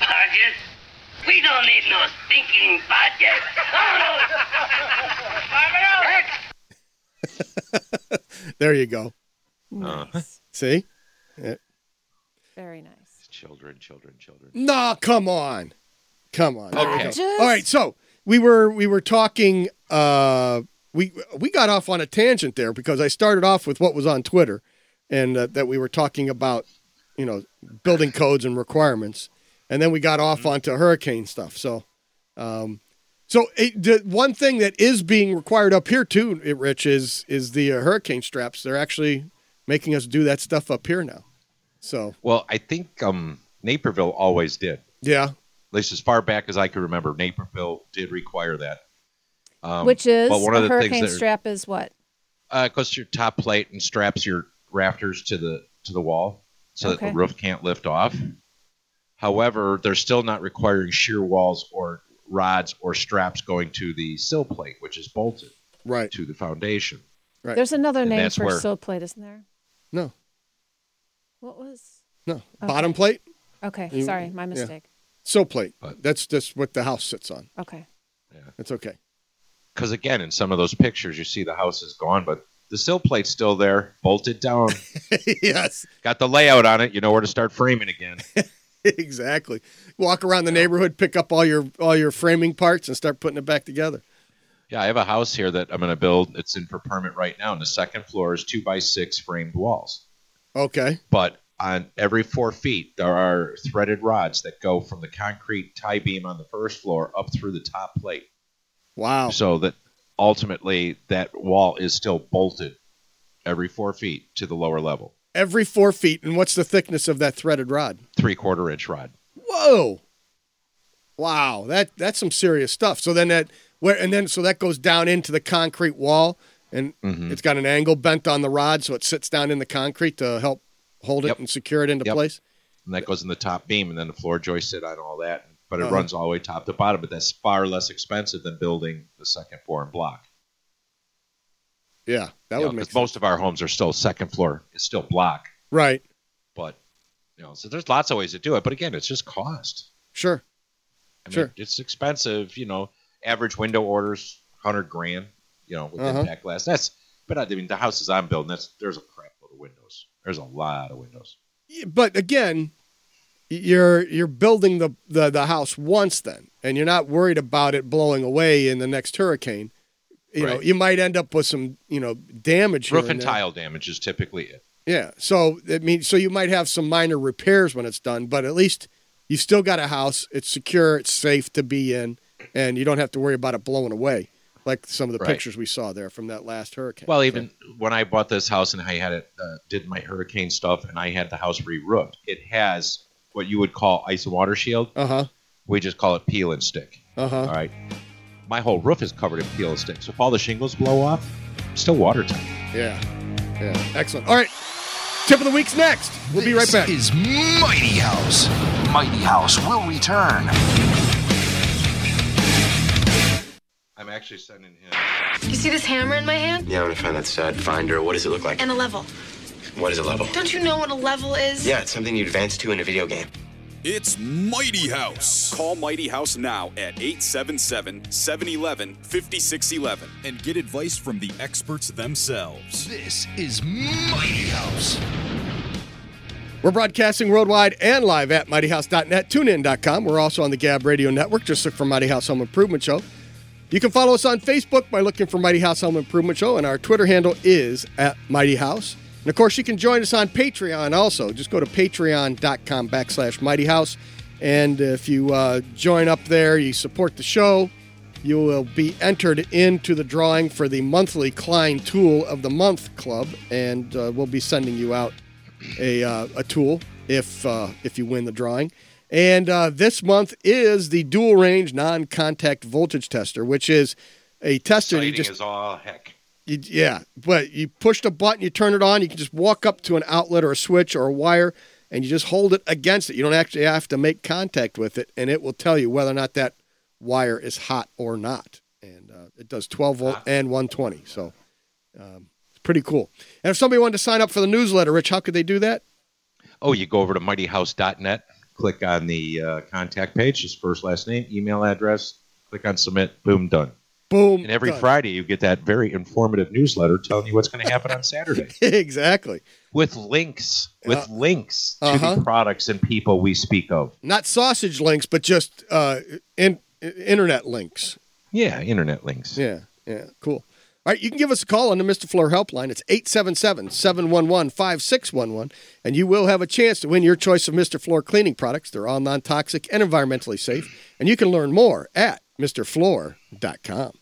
J: Badges? We don't need no stinking badges.
A: There you go.
C: Nice.
A: See?
C: Very nice.
D: Children, children, children.
A: No, come on, come on. There you
D: Okay.
A: go.
C: Just-
A: All right. So we were we were talking. Uh, we we got off on a tangent there because I started off with what was on Twitter, and uh, that we were talking about, you know, building codes and requirements, and then we got off onto hurricane stuff. So, um, so it, the one thing that is being required up here too, it, Rich, is is the uh, hurricane straps. They're actually making us do that stuff up here now. So
D: Well, I think um, Naperville always did. At
A: yeah,
D: least as far back as I can remember, Naperville did require that. Um,
C: Which is
D: but one of
C: a
D: the
C: hurricane
D: things that
C: strap is what?
D: because your top plate and straps your rafters to the to the wall so that
C: Okay.
D: the roof can't lift off. However, they're still not requiring shear walls or rods or straps going to the sill plate, which is bolted
A: right.
D: to the foundation.
A: Right.
C: There's another
D: And
C: name
D: that's
C: for
D: where-
C: sill plate, isn't there?
A: No,
C: What was?
A: no. Bottom plate.
C: Okay,
A: You-
C: sorry, my mistake.
A: Sill plate.
D: But-
A: That's just what the house sits on.
C: Okay.
A: That's okay.
D: Because again, in some of those pictures, you see the house is gone, but the sill plate's still there, bolted down.
A: yes,
D: Got the layout on it. You know where to start framing again.
A: exactly. Walk around the neighborhood, pick up all your all your framing parts, and start putting it back together.
D: Yeah, I have a house here that I'm going to build. It's in for permit right now, and the second floor is two by six framed walls.
A: Okay.
D: but on every four feet there are threaded rods that go from the concrete tie beam on the first floor up through the top plate
A: Wow.
D: so that ultimately that wall is still bolted every four feet to the lower level
A: Every four feet, and what's the thickness of that threaded rod?
D: three quarter inch rod
A: Whoa. Wow, that that's some serious stuff. So then that where and then so that goes down into the concrete wall and
D: Mm-hmm.
A: it's got an angle bent on the rod so it sits down in the concrete to help hold it
D: Yep.
A: and secure it into
D: Yep.
A: place.
D: and that goes in the top beam, and then the floor joist sit on all that. But it
A: Uh-huh.
D: runs all the way top to bottom. But that's far less expensive than building the second floor and block.
A: Yeah, that
D: You know,
A: would make
D: 'cause most of our homes are still second floor. It's still block,
A: Right.
D: but you know, so there's lots of ways to do it. But again, it's just cost.
A: Sure.
D: I mean,
A: Sure.
D: it's expensive. You know, average window orders hundred grand. You know, with
A: Uh-huh.
D: impact glass. That's but I mean, the houses I'm building, that's there's a crap load of windows. There's a lot of windows.
A: but again, you're you're building the, the the house once then, and you're not worried about it blowing away in the next hurricane. You know,
D: Right.
A: you might end up with some you know damage. here
D: Roof and
A: there.
D: tile damage is typically it.
A: Yeah, so that means so you might have some minor repairs when it's done, but at least you still got a house. It's secure. It's safe to be in, and you don't have to worry about it blowing away, like some of the
D: Right.
A: pictures we saw there from that last hurricane.
D: Well, even when I bought this house and I had it, uh, did my hurricane stuff, and I had the house re-roofed, it has what you would call ice and water shield.
A: uh huh,
D: We just call it peel and stick.
A: uh huh.
D: All right. My whole roof is covered in peel and stick. So if all the shingles blow off, it's still watertight.
A: Yeah. Yeah. Excellent. All right. Tip of the week's next. We'll be right
E: This
A: back.
E: is Mighty House. Mighty House will return.
D: I'm actually sending him.
F: You see this hammer in my hand?
G: Yeah, I'm gonna find that stud finder. What does it look like?
F: And a level.
G: What is a level?
F: Don't you know what a level is?
G: Yeah, it's something you advance to in a video game.
H: It's Mighty House. Call Mighty House now at 877 711 5611 and get advice from the experts themselves.
E: This is Mighty House.
A: We're broadcasting worldwide and live at mightyhouse.net, tunein.com. We're also on the Gab Radio Network. Just look for Mighty House Home Improvement Show. You can follow us on Facebook by looking for Mighty House Home Improvement Show, and our Twitter handle is at Mighty House. And of course, you can join us on Patreon also. Just go to patreon.com backslash Mighty House. And if you uh, join up there, you support the show, you will be entered into the drawing for the monthly Klein Tool of the Month Club, and uh, we'll be sending you out a, uh, a tool if uh, if you win the drawing. And uh, this month is the dual range non contact voltage tester, which is a tester you
D: Lighting
A: just
D: is all heck.
A: you, yeah, but you push the button, you turn it on, you can just walk up to an outlet or a switch or a wire and you just hold it against it. You don't actually have to make contact with it and it will tell you whether or not that wire is hot or not. And uh, it does 12 volt and 120. So um, it's pretty cool. And if somebody wanted to sign up for the newsletter, Rich, how could they do that?
D: Oh, you go over to mightyhouse.net, click on the uh, contact page, his first, last name, email address, click on submit, boom, done.
A: Boom.
D: And every
A: done.
D: Friday, you get that very informative newsletter telling you what's going to happen on Saturday.
A: exactly.
D: with links with links to
A: uh-huh.
D: the products and people we speak of.
A: Not sausage links, but just uh, in, internet links.
D: Yeah, internet links.
A: Yeah, yeah, cool. All right, you can give us a call on the Mr. Floor helpline. It's 877 711 5611, and you will have a chance to win your choice of Mr. Floor cleaning products. They're all non toxic and environmentally safe, and you can learn more at MrFloor.com.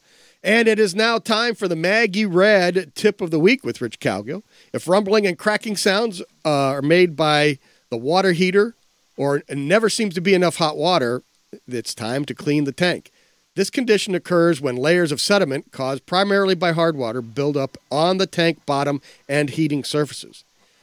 A: And it is now time for the Maggie Red tip of the week with Rich Calgill. If rumbling and cracking sounds uh, are made by the water heater or never seems to be enough hot water, it's time to clean the tank. This condition occurs when layers of sediment, caused primarily by hard water, build up on the tank bottom and heating surfaces,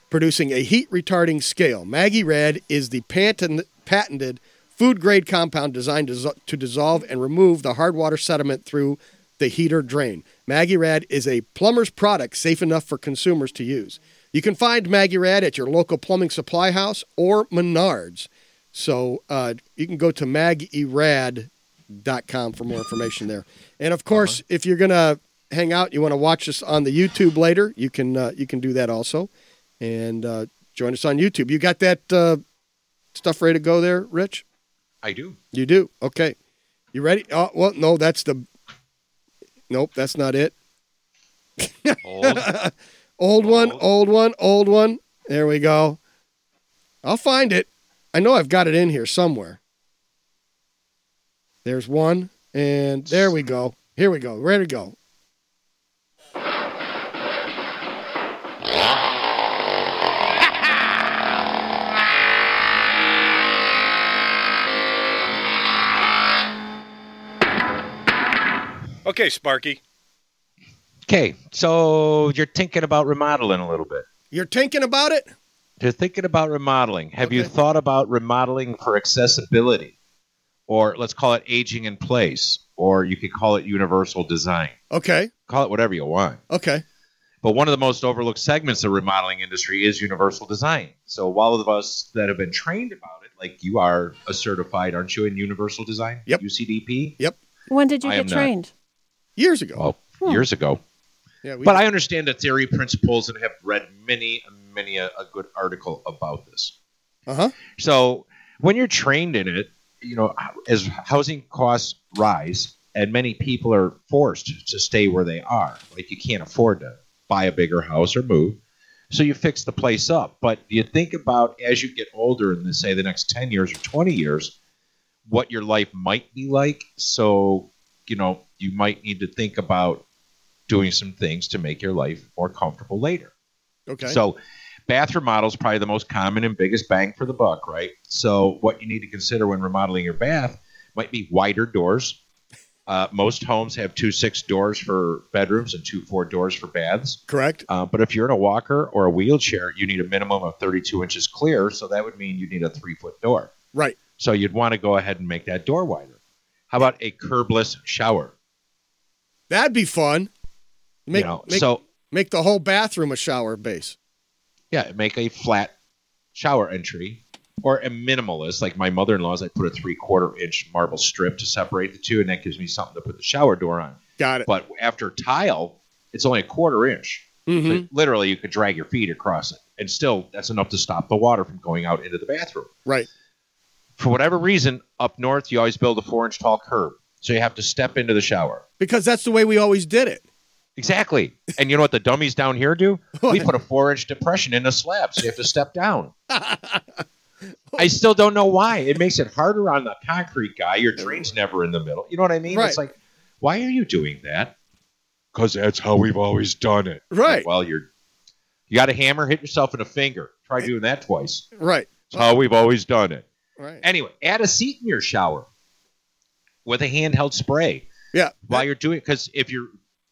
A: producing a heat retarding scale. Maggie Red is the patent- patented food grade compound designed to dissol- to dissolve and remove the hard water sediment through the heater drain. Maggie Rad is a plumber's product safe enough for consumers to use. You can find Maggie Rad at your local plumbing supply house or Menards. So uh, you can go to maggierad.com for more information there. And of course, if you're going to hang out, you want to watch us on the YouTube later, you can uh, you can do that also. And uh, join us on YouTube. You got that uh, stuff ready to go there, Rich?
D: I do.
A: You do. Okay. You ready? Oh, well, no, that's the. Nope, that's not it.
D: Old.
A: Old
D: Oh.
A: one, old one, old one. There we go. I'll find it. I know I've got it in here somewhere. There's one, and there we go. Here we go. Ready to go.
K: Okay, Sparky.
D: Okay, so you're thinking about remodeling a little bit.
A: You're thinking about it?
D: You're thinking about remodeling. Have you thought about remodeling for accessibility? Or let's call it aging in place, or you could call it universal design.
A: Okay.
D: Call it whatever you want.
A: Okay.
D: But one of the most overlooked segments of remodeling industry is universal design. So while of us that have been trained about it, like you are a certified, aren't you, in universal design? Yep. UCDP?
A: Yep.
C: When did you
D: I
C: get
D: am not.
C: trained?
A: Years ago.
D: Oh, years ago.
A: Yeah, we
D: but I understand the theory principles and have read many, many a, a good article about this.
A: Uh huh.
D: So when you're trained in it, you know, as housing costs rise and many people are forced to stay where they are, like you can't afford to buy a bigger house or move. So you fix the place up. But you think about as you get older and say the next 10 years or 20 years, what your life might be like. So, you know, you might need to think about doing some things to make your life more comfortable later.
A: Okay.
D: So, bath remodel is probably the most common and biggest bang for the buck, right? So, what you need to consider when remodeling your bath might be wider doors. Uh, most homes have two six doors for bedrooms and two four doors for baths.
A: Correct.
D: Uh, but if you're in a walker or a wheelchair, you need a minimum of 32 inches clear. So that would mean you need a three foot door.
A: Right.
D: So you'd want to go ahead and make that door wider. How about a curbless shower?
A: That'd be fun. Make,
D: You know,
A: make,
D: so-
A: make the whole bathroom a shower base.
D: Yeah, make a flat shower entry or a minimalist. Like my mother in law's, I put a three quarter inch marble strip to separate the two, and that gives me something to put the shower door on.
A: Got it.
D: But after tile, it's only a quarter inch.
A: Mhm.
D: So literally, you could drag your feet across it, and still that's enough to stop the water from going out into the bathroom.
A: Right.
D: For whatever reason, up north, you always build a four inch tall curb. So you have to step into the shower.
A: Because that's the way we always did it.
D: Exactly. And you know what the dummies down here do? We put a four inch depression in the slab, so you have to step down. I still don't know why. It makes it harder on the concrete guy. Your drain's never in the middle. You know what I mean?
A: Right.
D: It's like, why are you doing that? Because that's how we've always done it.
A: Right.
D: Well, you're you got a hammer, hit yourself in a finger.
A: Eh.
D: Try doing that twice.
A: Right.
D: That's how we've always done it.
A: Right.
D: Anyway, add a seat in your shower with a handheld spray
A: Yeah.
D: while you're doing it. Because if you're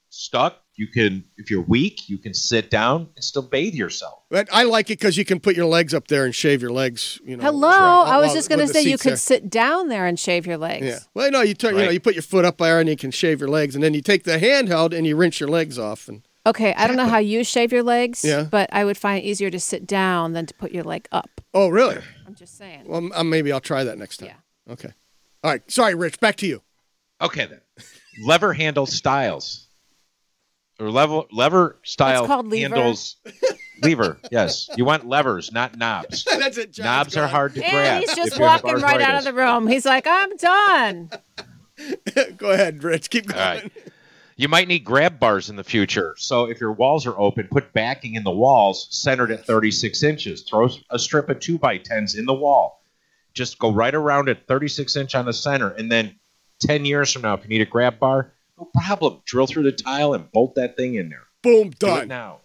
D: stuck, you can. If you're weak, you can sit down and still bathe yourself.
A: But I like it because you can put your legs up there and shave your legs. You know.
C: Hello. I was
A: Well,
C: just going to
A: with the
C: say you
A: seats
C: could
A: there.
C: sit down there and shave your legs.
A: Yeah. Well, no, you turn. You know,
D: Right.
A: you put your foot up there and you can shave your legs, and then you take the handheld and you rinse your legs off. And
C: Okay, I don't know how you shave your legs,
A: Yeah.
C: but I would find it easier to sit down than to put your leg up.
A: oh, really?
C: I'm just saying.
A: Well, m- uh, maybe I'll try that next time. Yeah. Okay. All right. Sorry, Rich. Back to you.
D: Okay then. lever handle styles or level lever style
C: called lever.
D: handles. lever. Yes, you want levers, not knobs.
A: That's it. John's
D: knobs are
A: gone.
D: hard to grab.
C: And he's
D: if
C: just
D: you have
C: walking right out
D: arthritis.
C: of the room. He's like, I'm done.
A: Go ahead, Rich. Keep going.
D: All right. You might need grab bars in the future. So if your walls are open, put backing in the walls centered at 36 inches. Throw a strip of 2 by 10s in the wall. Just go right around it, 36 inch on the center. And then 10 years from now, if you need a grab bar, no problem. Drill through the tile and bolt that thing in there.
A: Boom.
D: Do it
A: Done.
D: now.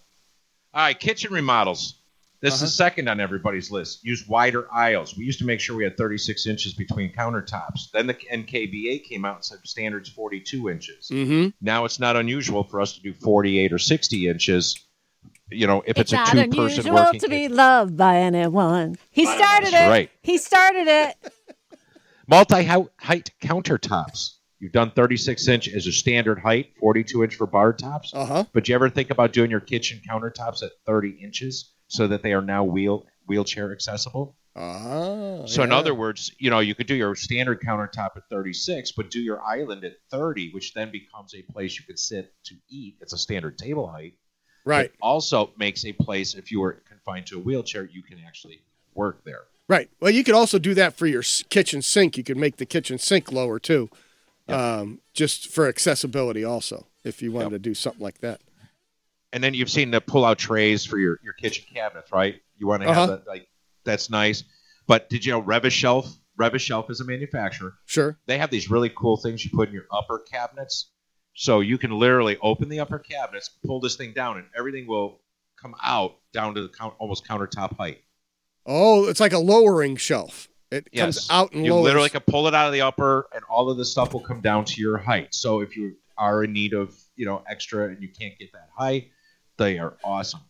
D: All right, kitchen remodels. This
A: Uh-huh.
D: is second on everybody's list. Use wider aisles. We used to make sure we had 36 inches between countertops. Then the NKBA came out and said standards 42 inches.
A: Mm-hmm.
D: Now it's not unusual for us to do 48 or 60 inches. You know, if it's, a
C: not
D: two-person
C: unusual
D: working,
C: to be loved by anyone. He started
D: That's
C: it.
D: right.
C: He started it.
D: multi-height countertops. You've done 36 inch as a standard height, 42 inch for bar tops.
A: Uh huh.
D: But you ever think about doing your kitchen countertops at 30 inches so that they are now wheel wheelchair accessible?
A: Ah.
D: So in
A: yeah.
D: other words, you know, you could do your standard countertop at 36, but do your island at 30, which then becomes a place you could sit to eat. It's a standard table height.
A: Right.
D: It also makes a place if you are confined to a wheelchair, you can actually work there.
A: Right. Well, you could also do that for your s- kitchen sink. You could make the kitchen sink lower too, um, just for accessibility. Also, if you wanted to do something like that.
D: And then you've seen the pull-out trays for your, your kitchen cabinets, right? You want to have
A: Uh-huh.
D: that like that's nice. But did you know Revishelf? Revishelf is a manufacturer.
A: Sure.
D: They have these really cool things you put in your upper cabinets. So you can literally open the upper cabinets, pull this thing down, and everything will come out down to the count, almost countertop height.
A: Oh, it's like a lowering shelf. It comes out and
D: you
A: lowers.
D: literally can pull it out of the upper, and all of the stuff will come down to your height. So if you are in need of you know extra and you can't get that high, they are awesome.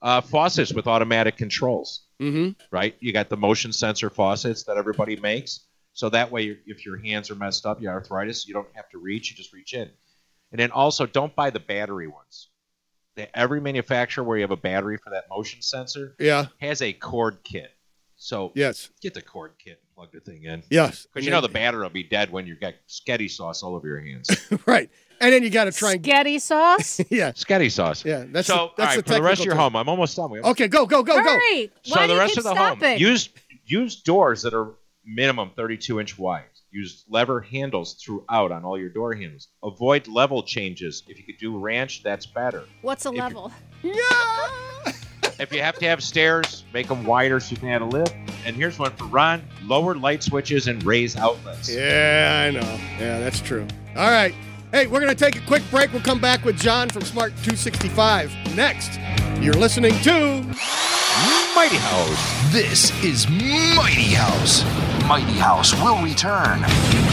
D: Uh, faucets with automatic controls,
A: Mm-hmm.
D: right? You got the motion sensor faucets that everybody makes, so that way you- if your hands are messed up, your arthritis, you don't have to reach, you just reach in. And then also don't buy the battery ones. They- Every manufacturer where you have a battery for that motion sensor
A: Yeah.
D: has a cord kit. So
A: Yes.
D: get the cord kit and plug the thing in.
A: Yes.
D: Because you know the batter will be dead when you've got sketty sauce all over your hands.
A: right. And then you got to try and
C: Spaghetti sauce?
A: yeah,
D: sketty sauce.
A: yeah. That's
D: so,
A: the, that's
D: all right,
A: the
D: for the rest
A: technical
D: of your
A: term.
D: home, I'm almost done. We
A: Okay, go go go go.
C: Hurry.
D: So
C: Why do
D: the
C: you
D: rest
C: keep
D: of the
C: stopping?
D: home, use use doors that are minimum 32 inch wide. Use lever handles throughout on all your door handles. Avoid level changes. If you could do ranch, that's better.
C: What's a
D: you-
C: level?
A: Yeah.
D: If you have to have stairs, make them wider so you can add a lift. And here's one for Ron: lower light switches and raise outlets.
A: Yeah, I know. Yeah, that's true. All right. Hey, we're going to take a quick break. We'll come back with John from Smart 265 next. You're listening to
D: Mighty house.
E: This is Mighty House. Mighty House will return.